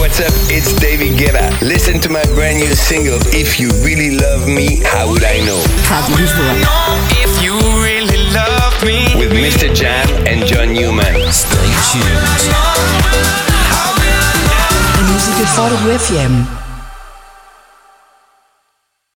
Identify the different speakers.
Speaker 1: What's up? It's David Guetta. Listen to my brand new single, If You Really Love Me, How Would I Know?
Speaker 2: Rádio Lisboa.
Speaker 3: If you really love me,
Speaker 1: With Mr. Jam and John Newman.
Speaker 2: A música fora do FM.